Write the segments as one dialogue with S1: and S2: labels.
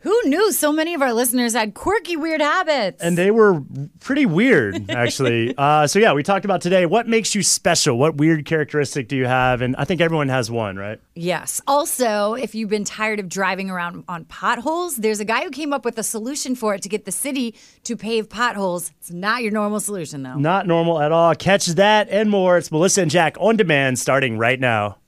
S1: Who knew so many of our listeners had quirky, weird habits?
S2: And they were pretty weird, actually. uh, so, yeah, we talked about today what makes you special? What weird characteristic do you have? And I think everyone has one, right?
S1: Yes. Also, if you've been tired of driving around on potholes, there's a guy who came up with a solution for it to get the city to pave potholes. It's not your normal solution, though.
S2: Not normal at all. Catch that and more. It's Melissa and Jack on demand starting right now.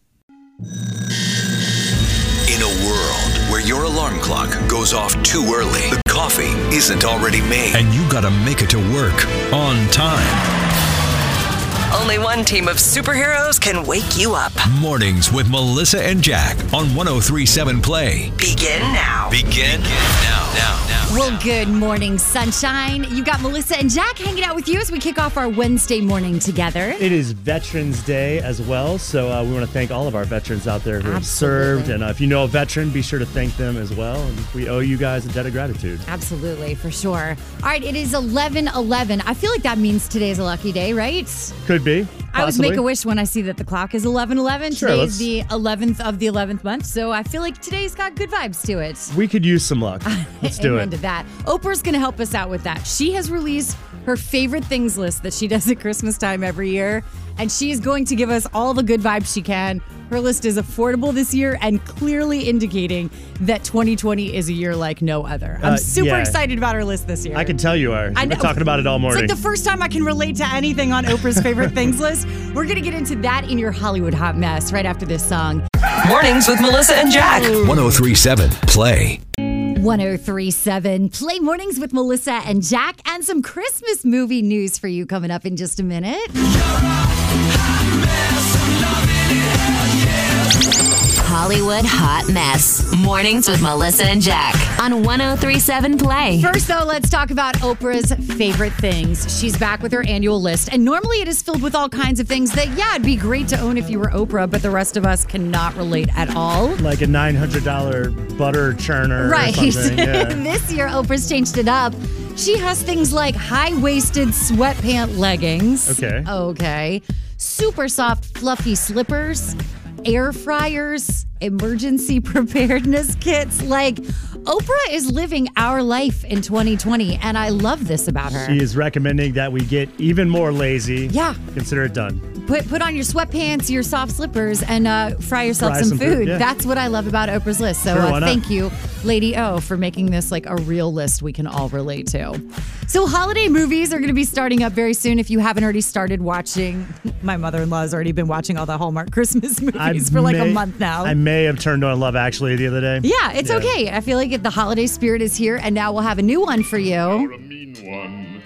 S3: In a world where your alarm clock goes off too early, the coffee isn't already made.
S4: And you gotta make it to work on time.
S5: Only one team of superheroes can wake you up.
S4: Mornings with Melissa and Jack on 1037 Play.
S5: Begin now.
S4: Begin now. Now. Now.
S1: Well, good morning, sunshine. You got Melissa and Jack hanging out with you as we kick off our Wednesday morning together.
S2: It is Veterans Day as well, so uh, we want to thank all of our veterans out there who have served. And uh, if you know a veteran, be sure to thank them as well. And we owe you guys a debt of gratitude.
S1: Absolutely, for sure. All right, it is 11 11. I feel like that means today's a lucky day, right?
S2: Could be.
S1: I always
S2: possibly.
S1: make a wish when I see that the clock is 11 11.
S2: Sure,
S1: Today
S2: let's-
S1: is the 11th of the 11th month, so I feel like today's got good vibes to it.
S2: We could use some luck. Let's do
S1: Amen
S2: it.
S1: to that. Oprah's going to help us out with that. She has released her favorite things list that she does at Christmas time every year, and she's going to give us all the good vibes she can. Her list is affordable this year and clearly indicating that 2020 is a year like no other. I'm
S2: Uh,
S1: super
S2: yeah.
S1: excited about her list this year.
S2: I can tell you are. We've been
S1: know.
S2: talking about it all morning.
S1: It's like the first time I can relate to anything on Oprah's favorite things list. We're going to get into that in your Hollywood hot mess right after this song.
S5: Mornings with Melissa and Jack.
S4: 1037 Play.
S1: 1037 Play Mornings with Melissa and Jack, and some Christmas movie news for you coming up in just a minute.
S6: Hollywood Hot Mess. Mornings with Melissa and Jack on 1037 Play.
S1: First, though, let's talk about Oprah's favorite things. She's back with her annual list, and normally it is filled with all kinds of things that, yeah, it'd be great to own if you were Oprah, but the rest of us cannot relate at all.
S2: like a nine hundred dollar butter churner,
S1: Right.
S2: Or something. Yeah.
S1: this year, Oprah's changed it up. She has things like high waisted sweatpant leggings.
S2: Okay.
S1: Okay. Super soft, fluffy slippers, air fryers, emergency preparedness kits. Like, Oprah is living our life in 2020, and I love this about her.
S2: She is recommending that we get even more lazy.
S1: Yeah.
S2: Consider it done.
S1: Put, put on your sweatpants, your soft slippers, and uh, fry yourself
S2: Fry
S1: some,
S2: some
S1: food.
S2: food, yeah.
S1: That's what I love about Oprah's list. So
S2: Sure, why
S1: uh,
S2: not?
S1: thank you, Lady O, for making this like a real list we can all relate to. So holiday movies are going to be starting up very soon. If you haven't already started watching, my mother-in-law has already been watching all the Hallmark Christmas movies for like a
S2: may-
S1: month now.
S2: I may have turned on Love Actually the other day.
S1: yeah, it's okay. I feel like the holiday spirit is here, and now we'll have a new one for you.
S7: You're a mean one,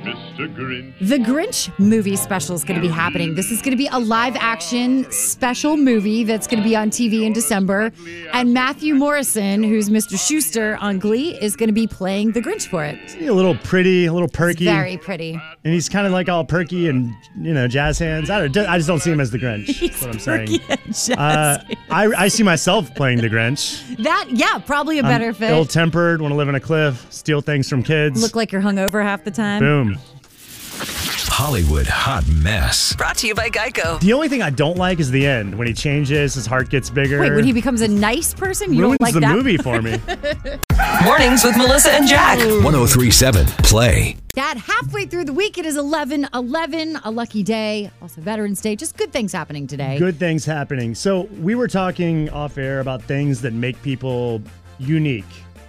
S7: Mr. Grinch.
S1: The Grinch movie special is going to be happening. This is going to be a live action special movie that's going to be on TV in December. And Matthew Morrison, who's Mr. Schuster on Glee, is going to be playing the Grinch for it.
S2: A little pretty, a little perky,
S1: Very pretty.
S2: and he's kind of like all perky and you know jazz hands. I don't. I just don't see him as the Grinch. That's what I'm saying. Uh, I, I see myself playing the Grinch.
S1: that, yeah, probably a better fit.
S2: Ill tempered, want to live in a cliff, steal things from kids.
S1: Look like you're hungover half the time.
S2: Boom.
S4: Hollywood Hot Mess.
S5: Brought to you by Geico.
S2: The only thing I don't like is the end when he changes, his heart gets bigger.
S1: Wait, when he becomes a nice person, you
S2: ruins
S1: don't like
S2: the
S1: that?
S2: movie for me.
S5: Mornings with Melissa and Jack.
S4: 1037 Play.
S1: That halfway through the week, it is 11 11, a lucky day, also Veterans Day, just good things happening today.
S2: Good things happening. So we were talking off air about things that make people unique,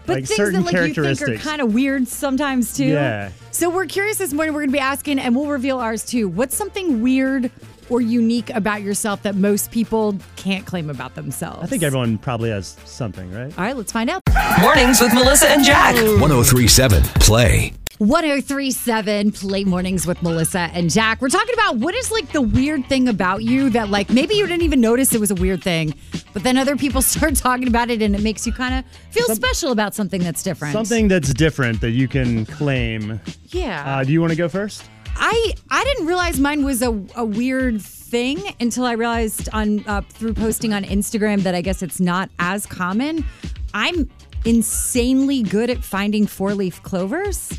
S1: But
S2: like
S1: things
S2: certain
S1: that like you
S2: characteristics.
S1: think are kind of weird sometimes too.
S2: Yeah.
S1: So we're curious this morning. We're going to be asking, and we'll reveal ours too. What's something weird or unique about yourself that most people can't claim about themselves?
S2: I think everyone probably has something, right?
S1: All right, let's find out.
S5: Mornings with Melissa and Jack.
S4: 1037 Play.
S1: 1037 Play Mornings with Melissa and Jack. We're talking about what is like the weird thing about you that like maybe you didn't even notice it was a weird thing, but then other people start talking about it and it makes you kind of feel special about something that's different.
S2: Something that's different that you can claim.
S1: Yeah.
S2: Uh, do you want to go first?
S1: I I didn't realize mine was a, a weird thing until I realized on uh, through posting on Instagram that I guess it's not as common. I'm insanely good at finding four leaf clovers.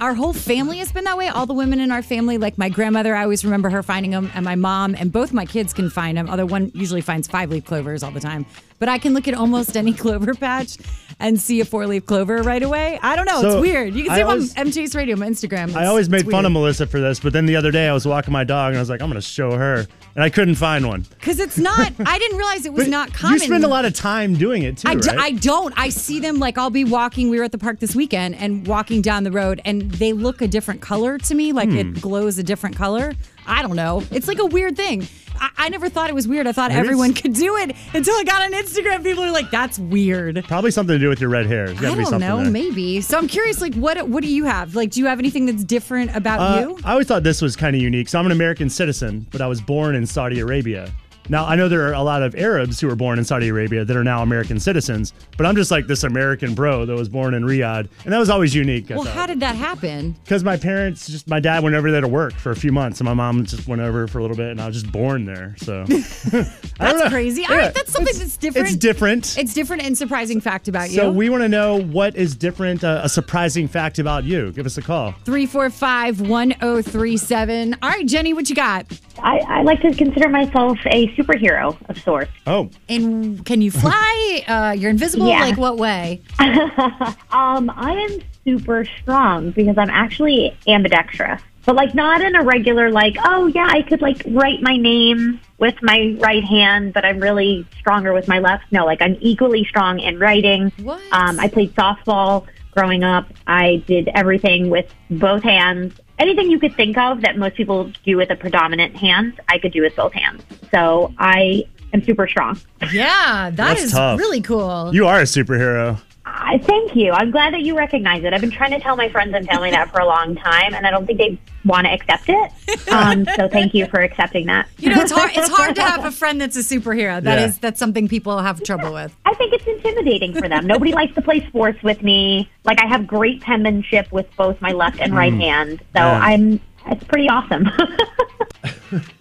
S1: our whole family has been that way. All the women in our family, like my grandmother, I always remember her finding them, and my mom, and both my kids can find them. Although one usually finds five leaf clovers all the time, but I can look at almost any clover patch and see a four leaf clover right away. I don't know.
S2: So,
S1: it's weird. You can
S2: I
S1: see them
S2: always-
S1: on MJ's Radio, my Instagram. It's-
S2: I always
S1: it's
S2: made fun
S1: weird.
S2: of Melissa for this, but then the other day I was walking my dog and I was like, I'm going to show her. And I couldn't find one.
S1: because it's not. I didn't realize it was
S2: But
S1: not common.
S2: You spend a lot of time doing it too,
S1: I, d-
S2: right?
S1: I don't. I see them like I'll be walking. We were at the park this weekend and walking down the road, and they look a different color to me. Like
S2: Hmm.
S1: it glows a different color. I don't know. It's like a weird thing. I, I never thought it was weird. I thought
S2: Maybe
S1: everyone
S2: it's-
S1: could do it until I got on Instagram. People are like, "That's weird."
S2: Probably something to do with your red hair. There's got
S1: I
S2: to be
S1: don't
S2: something
S1: know.
S2: there.
S1: Maybe. So I'm curious. Like, what what do you have? Like, do you have anything that's different about
S2: Uh,
S1: you?
S2: I always thought this was kind of unique. So I'm an American citizen, but I was born in Saudi Arabia. Now I know there are a lot of Arabs who were born in Saudi Arabia that are now American citizens, but I'm just like this American bro that was born in Riyadh, and that was always unique.
S1: Well, how did that happen?
S2: Because my parents, just my dad went over there to work for a few months, and my mom just went over for a little bit, and I was just born there. So that's
S1: That's crazy. All right, that's something that's different.
S2: It's different.
S1: It's different and surprising fact about you.
S2: so we want to know what is different. Uh, a surprising fact about you. Give us a call.
S1: 345 1037. All right, Jenny, what you got?
S8: I, I like to consider myself a superhero of sorts.
S2: Oh,
S1: And can you fly? uh, you're invisible?
S8: Yeah.
S1: Like, what way?
S8: Um, I am super strong because I'm actually ambidextrous, but like not in a regular like. Oh yeah, I could like write my name with my right hand, but I'm really stronger with my left. No, like I'm equally strong in writing.
S1: What?
S8: Um, I played softball growing up. I did everything with both hands. Anything you could think of that most people do with a predominant hand, I could do with both hands. So I am super strong.
S1: Yeah, that
S2: That's
S1: is
S2: tough.
S1: really cool.
S2: you are a superhero.
S8: I thank you. I'm glad that you recognize it. I've been trying to tell my friends and family that for a long time, and I don't think they want to accept it. Um, so thank you for accepting that.
S1: You know, it's hard. It's hard to have a friend that's a superhero. That is,
S2: Yeah.
S1: that's something people have trouble with.
S8: I think it's intimidating for them. Nobody likes to play sports with me. Like I have great penmanship with both my left and right hand, so
S2: Yeah.
S8: I'm. It's pretty awesome.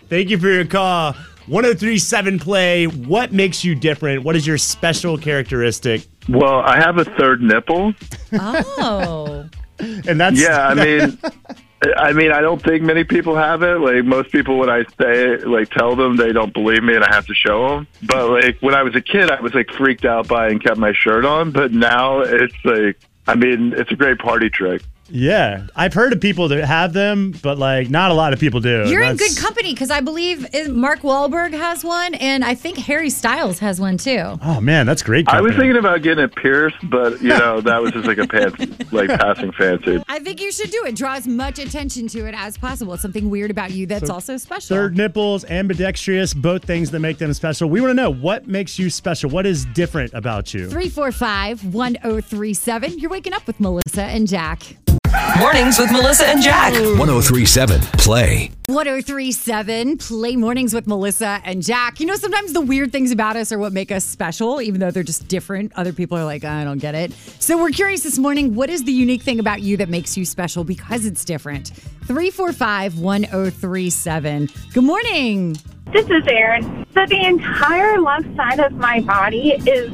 S2: Thank you for your call. 1037 play. What makes you different? What is your special characteristic?
S9: Well, I have a third nipple.
S1: Oh,
S2: And that's
S9: Yeah, I mean, I mean, I don't think many people have it. Like most people, when I say like tell them, they don't believe me, and I have to show them. But like when I was a kid, I was like freaked out by and kept my shirt on. But now it's like, I mean, it's a great party trick.
S2: yeah. I've heard of people that have them, but like not a lot of people do.
S1: you're in
S2: That's-
S1: good company because I believe uh, Mark Wahlberg has one, and I think Harry Styles has one too.
S2: Oh man, that's great.
S9: I was
S2: company.
S9: thinking about getting it pierced, but you know that was just like a pants, like passing fancy.
S1: I think you should do it. Draw as much attention to it as possible. It's something weird about you that's also special.
S2: Third nipples, ambidextrous, both things that make them special. We want to know what makes you special. What is different about you?
S1: 345 1037. You're waking up with Melissa and Jack.
S5: Mornings with Melissa and Jack.
S4: 1037 Play.
S1: 1037 Play Mornings with Melissa and Jack. You know, sometimes the weird things about us are what make us special, even though they're just different. Other people are like, I don't get it. So we're curious this morning what is the unique thing about you that makes you special because it's different? 345 1037. Good morning.
S10: This is Erin. So the entire left side of my body is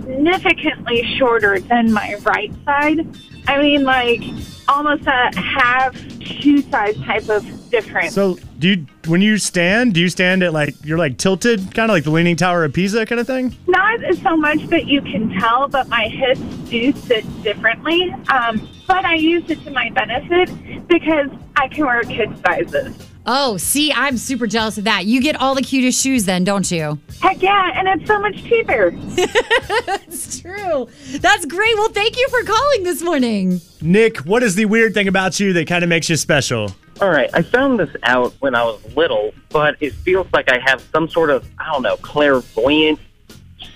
S10: significantly shorter than my right side. I mean, like almost a half shoe size type of difference.
S2: So do you when you stand, do you stand at like you're like tilted, kind of like the leaning tower of Pisa kind of thing?
S10: Not so much that you can tell, but my hips do sit differently. Um, but I use it to my benefit because I can wear kid sizes.
S1: Oh, see, I'm super jealous of that. You get all the cutest shoes then, don't you?
S10: Heck yeah, and it's so much cheaper.
S1: It's true. That's great. Well, thank you for calling this morning.
S2: Nick, what is the weird thing about you that kind of makes you special?
S11: All right, I found this out when I was little, but it feels like I have some sort of, I don't know, clairvoyant,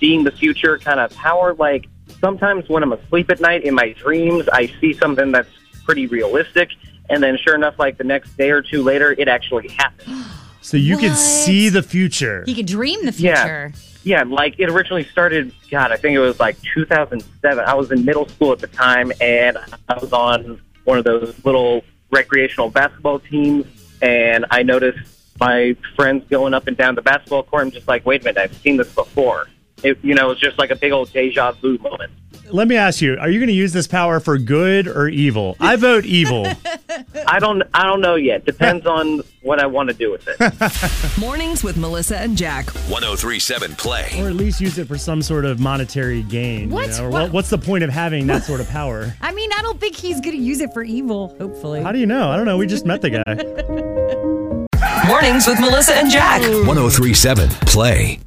S11: seeing the future kind of power. Like, sometimes when I'm asleep at night in my dreams, I see something that's pretty realistic, and then sure enough, like the next day or two later, it actually happens.
S2: So you can
S1: What?
S2: see the future.
S1: He could dream the
S11: Yeah.
S1: future.
S11: Yeah, like it originally started, God, I think it was like 2007. I was in middle school at the time, and I was on one of those little recreational basketball teams, and I noticed my friends going up and down the basketball court. I'm just like, wait a minute, I've seen this before. It, you know, it was just like a big old deja vu moment.
S2: let me ask you: Are you going to use this power for good or evil? I vote evil.
S11: I don't. I don't know yet. Depends on what I want to do with it.
S5: Mornings with Melissa and Jack.
S4: 1037 Play.
S2: or at least use it for some sort of monetary gain.
S1: What?
S2: know? Or
S1: What-
S2: what? What's the point of having that sort of power?
S1: I mean, I don't think he's going to use it for evil, hopefully.
S2: How do you know? I don't know. We just met the guy.
S5: Mornings with Melissa and Jack.
S4: 1037 Play.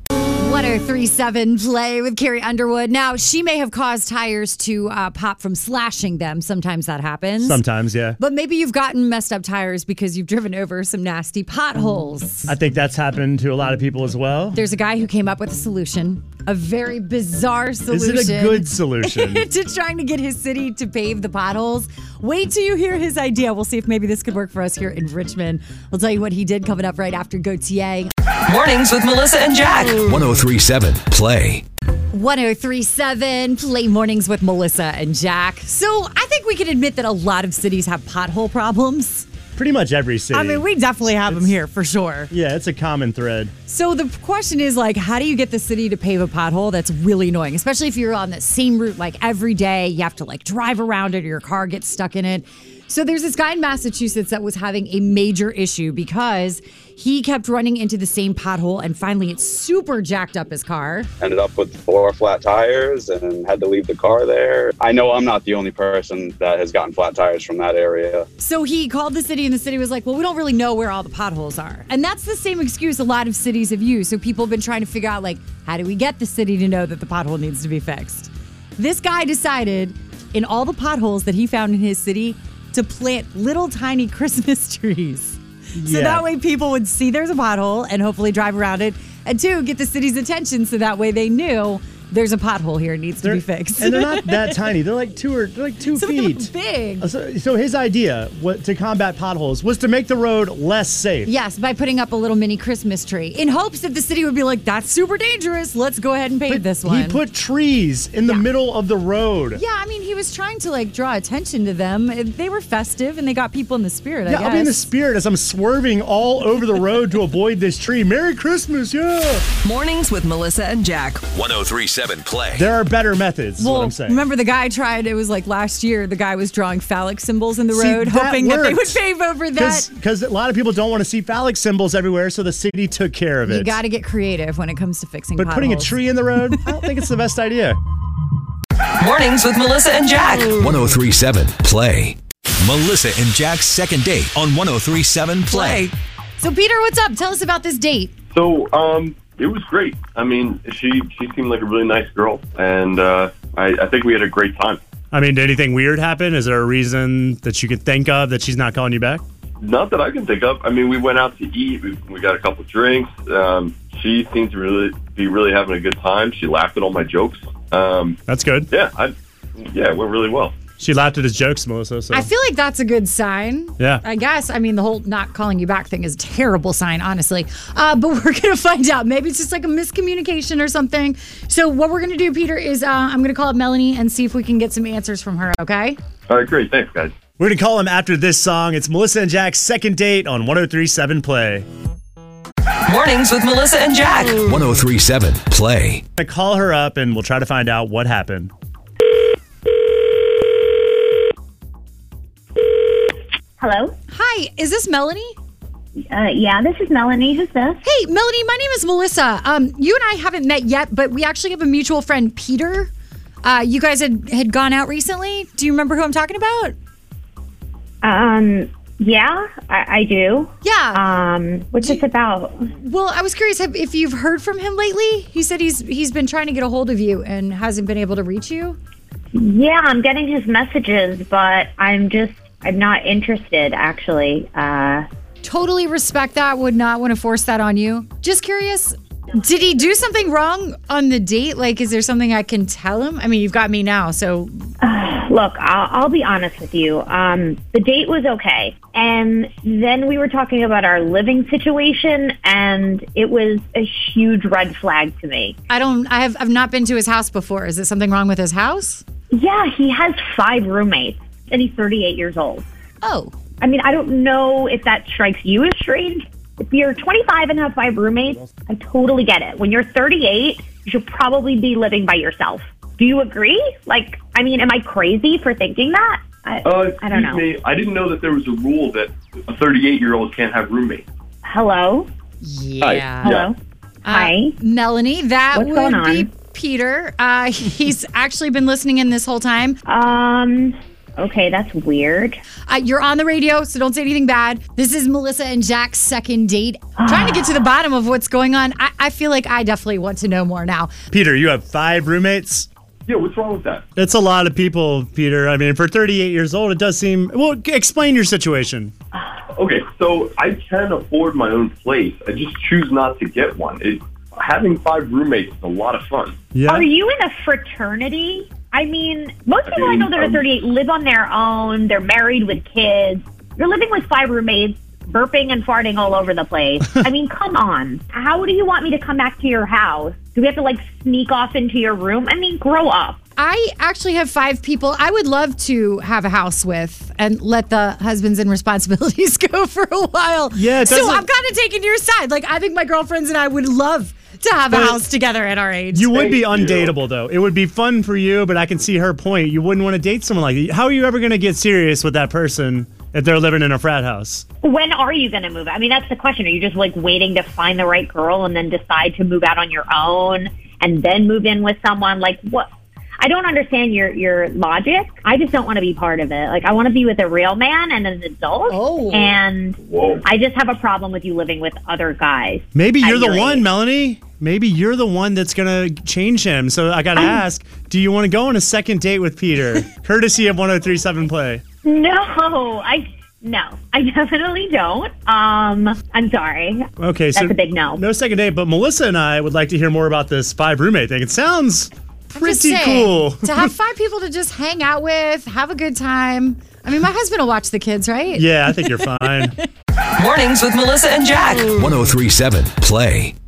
S1: Water 37 play with Carrie Underwood. Now, she may have caused tires to uh, pop from slashing them. Sometimes that happens.
S2: Sometimes, yeah.
S1: But maybe you've gotten messed up tires because you've driven over some nasty potholes.
S2: I think that's happened to a lot of people as well.
S1: There's a guy who came up with a solution, a very bizarre
S2: Is
S1: solution.
S2: it a good solution?
S1: to trying to get his city to pave the potholes. Wait till you hear his idea. We'll see if maybe this could work for us here in Richmond. We'll tell you what he did coming up right after Gautier.
S5: Mornings with Melissa and Jack.
S4: 1037 Play.
S1: 1037 Play Mornings with Melissa and Jack. So I think we can admit that a lot of cities have pothole problems.
S2: Pretty much every city.
S1: I mean, we definitely have them here for sure.
S2: Yeah, it's a common thread.
S1: So the question is like, how do you get the city to pave a pothole that's really annoying, especially if you're on that same route like every day? You have to like drive around it, or your car gets stuck in it. So there's this guy in Massachusetts that was having a major issue because he kept running into the same pothole, and finally it super jacked up his car.
S12: ended up with four flat tires and had to leave the car there. I know I'm not the only person that has gotten flat tires from that area.
S1: So he called the city, and the city was like, Well, we don't really know where all the potholes are. And that's the same excuse a lot of cities have used. So people have been trying to figure out, like, how do we get the city to know that the pothole needs to be fixed? This guy decided in all the potholes that he found in his city to plant little tiny Christmas trees. So
S13: Yeah.
S1: that way people would see there's a pothole and hopefully drive around it. And two, get the city's attention so that way they knew there's a pothole here, it needs to be fixed.
S2: And they're not that tiny. They're like two or they're like two
S1: Some of them are
S2: feet.
S1: big.
S2: Uh, So, so his idea what, to combat potholes was to make the road less safe.
S1: Yes, by putting up a little mini Christmas tree in hopes that the city would be like, that's super dangerous. Let's go ahead and pave this one.
S2: He put trees in the middle of the road.
S1: yeah, I mean, he was trying to like draw attention to them. It- They were festive and they got people in the spirit, I
S2: Yeah,
S1: guess.
S2: I'll be in the spirit as I'm swerving all over the road to avoid this tree. Merry Christmas, yeah.
S5: Mornings with Melissa and Jack.
S4: 1037 Play.
S2: There are better methods, is
S1: well,
S2: what I'm saying.
S1: remember the guy tried, it was like last year, the guy was drawing phallic symbols in the road, hoping that they would pave over that.
S2: Because a lot of people don't want to see phallic symbols everywhere, so the city took care of it.
S1: You got to get creative when it comes to fixing
S2: but putting a
S1: potholes.
S2: tree in the road, I don't think it's the best idea.
S5: Mornings with Melissa and Jack.
S4: 1037 Play. Melissa and Jack's second date on 1037 Play.
S1: So, Peter, what's up? Tell us about this date.
S14: So, um, it was great. I mean, she she seemed like a really nice girl, and uh, I, I think we had a great time.
S2: I mean, did anything weird happen? Is there a reason that you could think of that she's not calling you back?
S14: Not that I can think of. I mean, we went out to eat. We, we got a couple drinks. Um, she seemed to really be really having a good time. She laughed at all my jokes. Um,
S2: That's good.
S14: Yeah, I, yeah, it went really well.
S2: She laughed at his jokes, Melissa. So.
S1: I feel like that's a good sign.
S2: Yeah.
S1: I guess. I mean, the whole not calling you back thing is a terrible sign, honestly. Uh, but we're going to find out. Maybe it's just like a miscommunication or something. So, what we're going to do, Peter, is uh, I'm going to call up Melanie and see if we can get some answers from her, okay?
S14: All right, great. Thanks, guys.
S2: We're going to call him after this song. It's Melissa and Jack's second date on 1037 Play.
S5: Mornings with Melissa and Jack.
S4: 1037 Play.
S2: I call her up and we'll try to find out what happened.
S1: Hello? Hi, is this Melanie?
S8: Uh, yeah, this is Melanie. Who's this?
S1: Hey, Melanie, my name is Melissa. Um, you and I haven't met yet, but we actually have a mutual friend, Peter. Uh, you guys had, had gone out recently. Do you remember who I'm talking about?
S8: Um, yeah, I, I do.
S1: Yeah.
S8: Um, what's this about?
S1: Well, I was curious have- if you've heard from him lately. He said he's he's been trying to get a hold of you and hasn't been able to reach you.
S8: Yeah, I'm getting his messages, but I'm just I'm not interested actually. Uh,
S1: Totally respect that. Would not want to force that on you. Just curious. Did he do something wrong on the date? Like, is there something I can tell him? I mean, you've got me now, so
S8: look, I'll, I'll be honest with you. Um, the date was okay, and then we were talking about our living situation, and it was a huge red flag to me.
S1: I don't. I have. I've not been to his house before. Is it something wrong with his house?
S8: Yeah, he has five roommates, and he's 38 years old.
S1: Oh.
S8: I mean, I don't know if that strikes you as strange. If you're 25 and have five roommates, I totally get it. When you're 38, you should probably be living by yourself. Do you agree? Like, I mean, am I crazy for thinking that? I,
S14: Uh,
S8: I don't
S14: excuse
S8: know.
S14: Me, I didn't know that there was a rule that a 38 year old can't have roommates.
S8: Hello?
S14: Hi.
S1: Yeah.
S14: Yeah.
S1: Hi. Melanie, that
S8: Uh, What's
S1: would
S8: going on?
S1: be Peter. Uh, he's actually been listening in this whole time.
S8: Um, okay, that's weird.
S1: Uh, you're on the radio, so don't say anything bad. This is Melissa and Jack's second date. Trying to get to the bottom of what's going on. I, I feel like I definitely want to know more now.
S2: Peter, you have five roommates?
S14: Yeah, what's wrong with that?
S2: That's a lot of people, Peter. I mean, for 38 years old, it does seem. Well, g- explain your situation.
S14: Okay, so I can afford my own place. I just choose not to get one. It, having five roommates is a lot of fun.
S8: Are you in a fraternity? I mean, most people I know that are
S14: Um,
S8: 38 live on their own. They're married with kids. You're living with five roommates, burping and farting all over the place. I mean, come on. How do you want me to come back to your house? Do we have to like sneak off into your room? I mean, grow up.
S1: I actually have five people I would love to have a house with and let the husbands and responsibilities go for a while. Yeah,
S2: it
S1: so
S2: doesn't-
S1: I'm kind of taking your side. Like I think my girlfriends and I would love to have a
S2: But-
S1: house together at our age.
S2: You would be undateable, though. It would be fun for you, but I can see her point. You wouldn't want to date someone like that. How are you ever going to get serious with that person if they're living in a frat house?
S8: When are you going to move? I mean, that's the question. Are you just like waiting to find the right girl and then decide to move out on your own and then move in with someone? Like, what? I don't understand your your logic. I just don't want to be part of it. Like, I want to be with a real man and an adult. Oh. And I just have a problem with you living with other guys.
S2: Maybe
S8: at
S2: you're the
S8: your
S2: one, Melanie. Maybe you're the one that's going to change him. So I got to ask do you want to go on a second date with Peter, courtesy of 1037 Play?
S8: No, I no, I definitely don't. Um, I'm sorry.
S2: Okay, so
S8: That's a big no.
S2: No second date, but Melissa and I would like to hear more about this five roommate thing. It sounds
S1: Just
S2: pretty
S1: saying,
S2: cool.
S1: to have five people to just hang out with, have a good time. I mean, my husband will watch the kids, right?
S2: yeah, I think you're fine.
S5: Mornings with Melissa and Jack.
S4: 1037 Play.